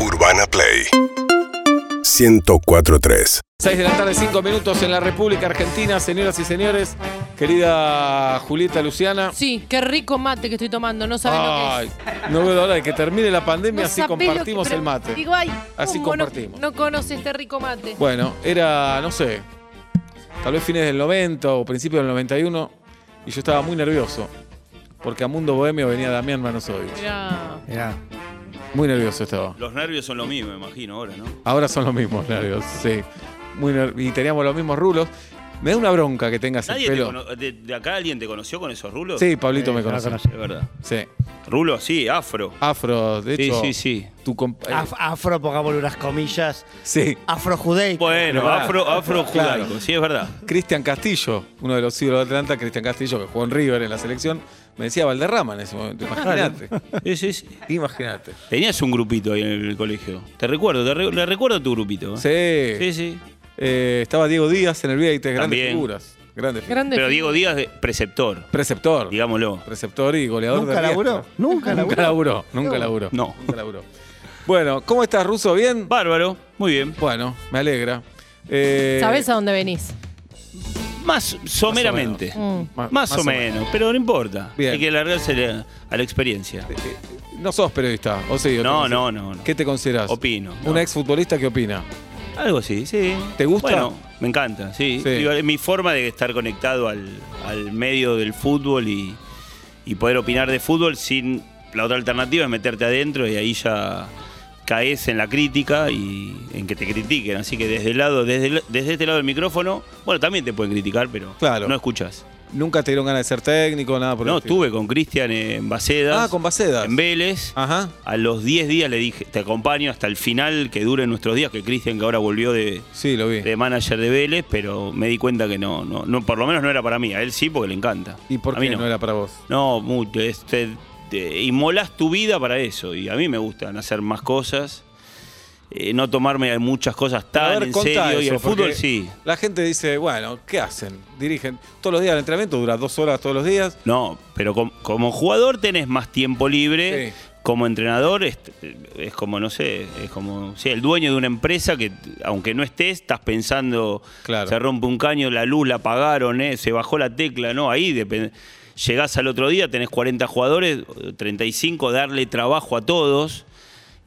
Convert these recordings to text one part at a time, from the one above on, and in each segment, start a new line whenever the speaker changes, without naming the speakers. Urbana Play 1043.
6 de la tarde, 5 minutos en la República Argentina, señoras y señores. Querida Julieta Luciana.
Sí, qué rico mate que estoy tomando, no sabes lo que
Ay,
es.
no veo la hora de que termine la pandemia,
No
así
sabés lo que-
compartimos
pero
el mate.
Digo, ay,
Así
¿cómo no-
compartimos.
No, conoce este rico mate.
Bueno, era, no sé, tal vez fines del 90 o principios del 91, y yo estaba muy nervioso, porque a Mundo Bohemio venía Damián Manosovic.
Mirá.
Mirá.
Muy nervioso estaba.
Los nervios son lo mismo, me imagino, ahora, ¿no?
Ahora son los mismos nervios, sí. Muy ner- y teníamos los mismos rulos. Me da una bronca que tengas el
Nadie te
pelo.
cono- de, de acá alguien te conoció con esos rulos?
Sí, Pablito
Eh,
me
yo la
conoce.
conocí.
Es verdad.
Sí.
Rulo, sí, afro.
Afro, de
Sí,
hecho.
sí, sí.
Tu comp-
Ah.
eh,
Af- afro, pongámosle unas comillas.
sí.
Afrojudeico.
Bueno,
Claro.
afro, afro
Claro.
judaico, sí, es verdad.
Cristian Castillo, uno de los ídolos de Atlanta, Cristian Castillo, que jugó en River en la selección, me decía Valderrama en ese momento. Imagínate.
Sí, sí, sí.
Imagínate.
Tenías un grupito ahí en el colegio. Te recuerdo, te re- le recuerdo tu grupito. ¿eh?
Sí.
Sí, sí.
Eh, estaba Diego Díaz en el Vía grandes
También.
figuras. Grandes figuras.
Grande.
Pero
fi-
Diego Díaz, de- preceptor,
Preceptor.
digámoslo.
Preceptor y goleador
¿Nunca
de Riestra.
laburó? ¿Nunca laburó?
Nunca laburó. Nunca laburó.
No.
Nunca laburó. Bueno, ¿cómo estás, Ruso? ¿Bien?
Bárbaro, muy bien.
Bueno, me alegra. Eh,
¿Sabés a dónde venís?
Más someramente.
eh,
Más o
Mm.
menos, pero no importa.
Bien.
Hay que largarse la- a la experiencia.
Eh, No sos periodista, ¿o sí? ¿O te
No,
consideras-
no, no, no.
¿Qué te consideras?
Opino.
¿Un
no.
exfutbolista que opina?
Algo así, sí.
¿Te gusta?
Bueno, me encanta, sí.
Sí.
Digo, es mi forma de estar conectado al, al medio del fútbol y, y poder opinar de fútbol sin. La otra alternativa es meterte adentro y ahí ya caes en la crítica y en que te critiquen. Así que desde el lado, desde, el- desde este lado del micrófono, bueno, también te pueden criticar, pero
Claro.
no escuchas.
¿Nunca te dieron ganas de ser técnico, nada por el
No,
estilo?
estuve con Cristian en Bacedas.
Ah, con Bacedas. Ah.
En Vélez.
Ajá.
A los 10 días le dije, te acompaño hasta el final que dure nuestros días, que Cristian que ahora volvió de,
Sí, lo vi.
de manager de Vélez, pero me di cuenta que no, no, no, por lo menos no era para mí, a él sí porque le encanta.
¿Y por
a mí
qué no. era para vos?
No, mu- este, te- inmolás tu vida para eso y a mí me gustan hacer más cosas, eh, no tomarme muchas cosas tan
A ver,
en
contá
serio y
eso,
el fútbol
porque
sí.
La gente dice, bueno, ¿qué hacen? Dirigen todos los días el entrenamiento, dura dos horas todos los días.
No, pero com- como jugador tenés más tiempo libre.
Sí.
Como entrenador es, es como, no sé, es como sí, el dueño de una empresa que aunque no estés, estás pensando,
Claro.
se rompe un caño, la luz la apagaron, eh, se bajó la tecla, no, ahí depende. Llegás al otro día, tenés 40 jugadores, 35, darle trabajo a todos.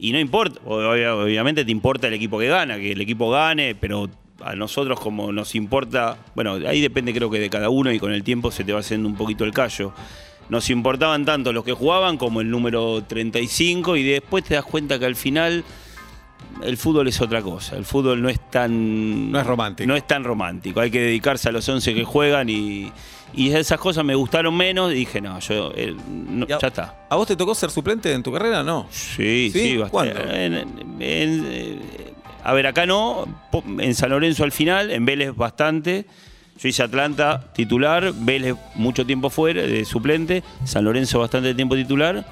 Y no importa, o- obvia- obviamente te importa el equipo que gana, que el equipo gane, pero a nosotros como nos importa, bueno, ahí depende creo que de cada uno y con el tiempo se te va haciendo un poquito el callo. Nos importaban tanto los que jugaban como el número 35 y después te das cuenta que al final el fútbol es otra cosa, el fútbol no es tan...
No es romántico.
No es tan romántico, hay que dedicarse a los 11 que juegan y, y esas cosas me gustaron menos y dije, no, yo eh, no,
Y a-
ya está.
¿A vos te tocó ser suplente en tu carrera? No.
Sí,
¿Sí?
sí, bastante.
¿Cuándo?
En- en- en- eh, a ver, acá no, po- en San Lorenzo al final, en Vélez bastante. Yo hice Atlanta titular, Vélez mucho tiempo fuera, de suplente, San Lorenzo bastante tiempo titular.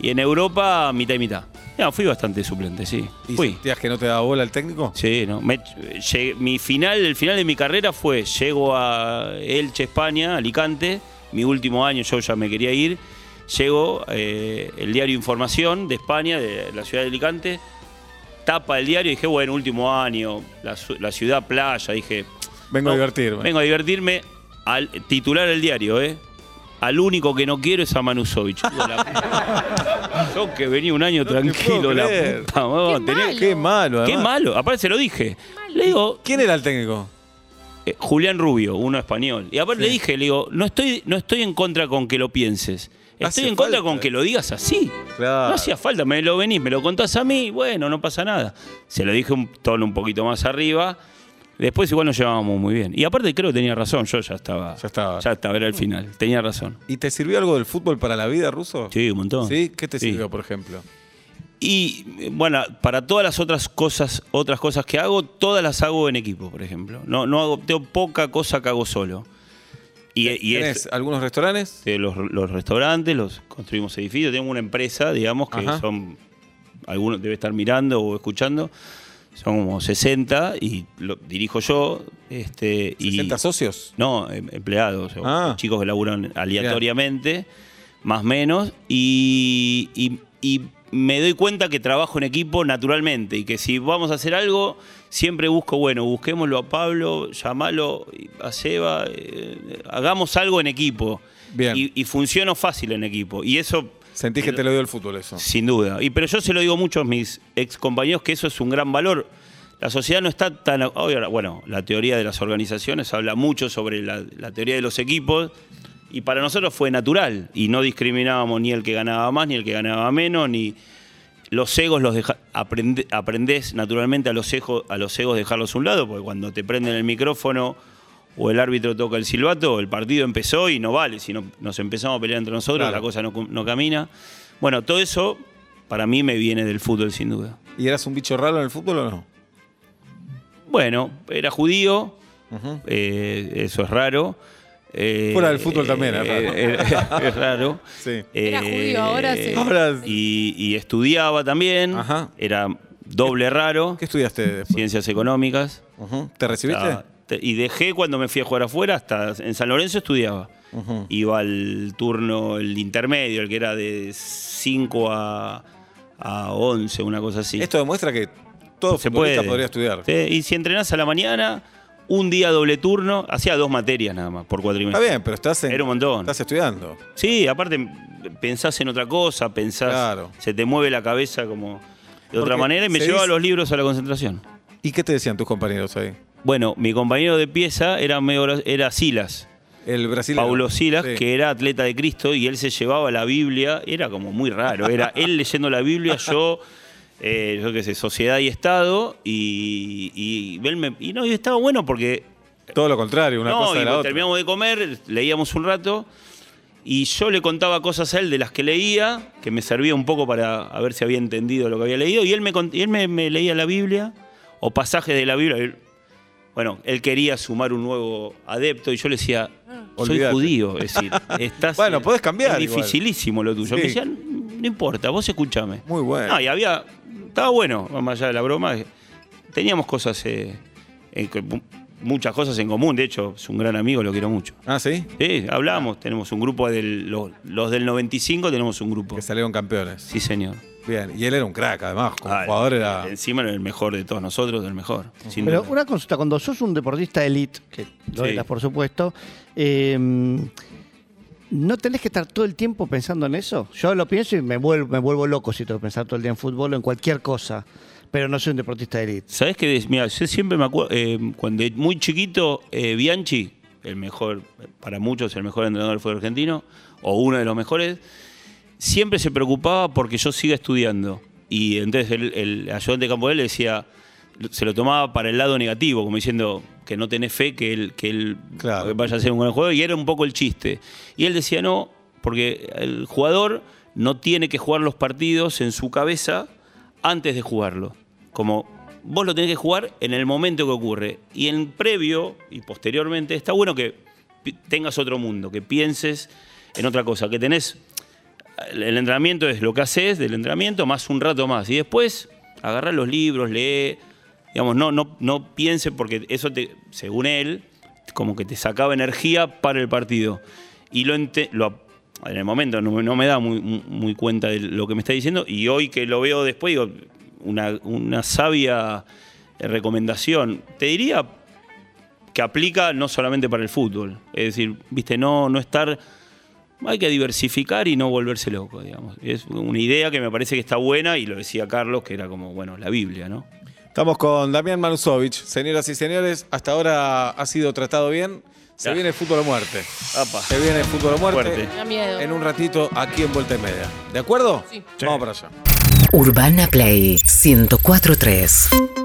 Y en Europa, mitad y mitad. No, fui bastante suplente, sí.
¿Y
Fui.
sentías que no te daba bola el técnico?
Sí, no. me- llegué- mi final, el final de mi carrera fue, llego a Elche, España, Alicante, mi último año, yo ya me quería ir. Llego eh, el diario Información de España, de la ciudad de Alicante, tapa el diario y dije, bueno, último año, la, su- la ciudad playa, dije,
Vengo a
no,
divertirme.
Vengo a divertirme al titular del diario, ¿eh? Al único que no quiero es a Manusovich. Digo, la puta. Yo que venía un año
No te puedo
tranquilo, la
creer.
puta madre.
Qué
Tenía-
mal.
Qué malo,
Qué
además.
malo, aparte se lo dije. Le digo,
¿Quién era el técnico?
eh, Julián Rubio, uno español. Y aparte le dije, le digo, no estoy, no estoy en contra con que lo pienses.
Hace
Estoy en contra
falta.
con que lo digas así.
Claro.
No hacía falta, me lo venís, me lo contás a mí, bueno, no pasa nada. Se lo dije un tono un poquito más arriba. Después igual nos llevábamos muy bien. Y aparte creo que tenía razón, yo ya estaba.
Ya estaba.
Ya estaba, era el final. Tenía razón.
¿Y te sirvió algo del fútbol para la vida, Ruso?
Sí, un montón.
¿Sí? ¿Qué te
Sí.
sirvió, por ejemplo?
Y eh, bueno, para todas las otras cosas, otras cosas que hago, todas las hago en equipo, por ejemplo. No, no hago, tengo poca cosa que hago solo. Y, y
¿Tenés
es-
algunos restaurantes?
de los, los restaurantes, los construimos edificios, tengo una empresa, digamos, que
Ajá.
son, algunos debe estar mirando o escuchando, son como 60 y lo dirijo yo. Este, y-
¿60 socios?
no, em- empleados, o
Ah.
chicos que laburan aleatoriamente, más menos, y, y- y me doy cuenta que trabajo en equipo naturalmente y que si vamos a hacer algo, siempre busco, bueno, busquémoslo a Pablo, llamalo a Seba, eh, hagamos algo en equipo.
Bien.
Y, y funciono fácil en equipo. Y eso,
Sentís que te lo dio el fútbol eso.
sin duda. Y, pero yo se lo digo mucho a mis ex compañeros que eso es un gran valor. La sociedad no está tan. hoy ahora, Bueno, la teoría de las organizaciones habla mucho sobre la, la teoría de los equipos. Y para nosotros fue natural. Y no discriminábamos ni el que ganaba más, ni el que ganaba menos, ni. Los egos los deja, aprende- aprendés naturalmente a los, ejo- a los egos dejarlos a un lado, porque cuando te prenden el micrófono o el árbitro toca el silbato, el partido empezó y no vale. Si no, nos empezamos a pelear entre nosotros,
Claro.
la cosa no, cum- no camina. Bueno, todo eso para mí me viene del fútbol, sin duda.
¿Y eras un bicho raro en el fútbol o no?
Bueno, era judío, eh, eso es raro. eh,
Fuera del fútbol también es raro.
eh, era- es raro. Eh,
Sí.
Era judío, ahora sí.
Ahora-
Y, y estudiaba también.
Ajá.
Era doble raro.
¿Qué estudiaste después?
Ciencias económicas.
Ujú. ¿Te recibiste?
Ah, te- Y dejé cuando me fui a jugar afuera, hasta en San Lorenzo estudiaba. Iba al turno, el intermedio, el que era de 5 a, a 11, una cosa así.
Esto demuestra que todo
Se
futbolista
puede.
podría estudiar.
Sí, Y si entrenás a la mañana, un día doble turno, hacía dos materias nada más por
Está
cuatrimestre.
bien, pero estás en-
Era un montón.
Estás estudiando.
Sí, aparte pensás en otra cosa, pensás,
Claro.
se te mueve la cabeza como de
Porque
otra manera y me
se
llevaba
dice-
los libros a la concentración.
¿Y qué te decían tus compañeros ahí?
Bueno, mi compañero de pieza era, medio- era Silas.
El brasileño.
Paulo Silas,
Sí.
que era atleta de Cristo y él se llevaba la Biblia, era como muy raro, era él leyendo la Biblia, yo, eh, yo qué sé, Sociedad y Estado, y, y él me- y no, y estaba bueno porque
Todo lo contrario, una
no,
cosa de
y
la otra.
terminamos de comer, leíamos un rato, y yo le contaba cosas a él de las que leía, que me servía un poco para a ver si había entendido lo que había leído, y él me, cont- y él me, me leía la Biblia, o pasajes de la Biblia. Él- Bueno, él quería sumar un nuevo adepto, y yo le decía, soy
Olvídate.
judío, es decir, estás...
Bueno, podés cambiar
Es
igual.
dificilísimo lo tuyo.
Sí.
Me decía, no importa, vos escúchame.
Muy bueno.
No, y había. Estaba bueno, más allá de la broma. eh, Teníamos cosas. eh, en que- muchas cosas en común. De hecho, es un gran amigo, lo quiero mucho.
Ah, ¿sí?
Sí, hablamos. Tenemos un grupo del. Los, los del 95 tenemos un grupo.
Que salieron campeones.
Sí, señor.
Bien. Y él era un crack, además. Como
Ah,
jugador era...
Encima era el mejor de todos nosotros, el mejor. sin
Pero
duda.
una consulta, cuando sos un deportista elite, que lo
Sí.
eras por supuesto, eh, ¿no tenés que estar todo el tiempo pensando en eso? Yo lo pienso y me vuelvo, me vuelvo loco si tengo que pensar todo el día en fútbol o en cualquier cosa, pero no soy un deportista elite.
¿Sabés qué? des- Mira, yo siempre me acuerdo, cuando de muy chiquito, eh, Bianchi, el mejor, para muchos, el mejor entrenador del fútbol argentino, o uno de los mejores, siempre se preocupaba porque yo siga estudiando. Y entonces el, el ayudante de campo de él le decía, se lo tomaba para el lado negativo, como diciendo que no tenés fe que él, que él
Claro.
vaya a ser un buen jugador, y era un poco el chiste. Y él decía, no, porque el jugador no tiene que jugar los partidos en su cabeza antes de jugarlo. Como vos lo tenés que jugar en el momento que ocurre. Y en previo y posteriormente está bueno que pi- tengas otro mundo, que pienses en otra cosa, que tenés el el entrenamiento es lo que haces del entrenamiento más un rato más. Y después agarra los libros, lee. Digamos, no, no, no piense porque eso, te, según él, como que te sacaba energía para el partido. Y lo, ente- lo ap- en el momento no, me- no me da muy, muy cuenta de lo que me está diciendo. Y hoy que lo veo después, digo, una, una sabia eh, recomendación. Te diría que aplica no solamente para el fútbol. Es decir, viste, no, no estar hay que diversificar y no volverse loco, digamos. Es una idea que me parece que está buena y lo decía Carlos, que era como, bueno, la Biblia, ¿no?
Estamos con Damián Manusovich. Señoras y señores, hasta ahora ha sido tratado bien. Se
Ya.
viene el fútbol a muerte.
Apa.
Se viene el fútbol a muerte.
Fuerte.
Me da miedo.
En un ratito, aquí en Vuelta y Media. ¿De acuerdo?
Sí.
Vamos para allá.
Urbana Play 1043.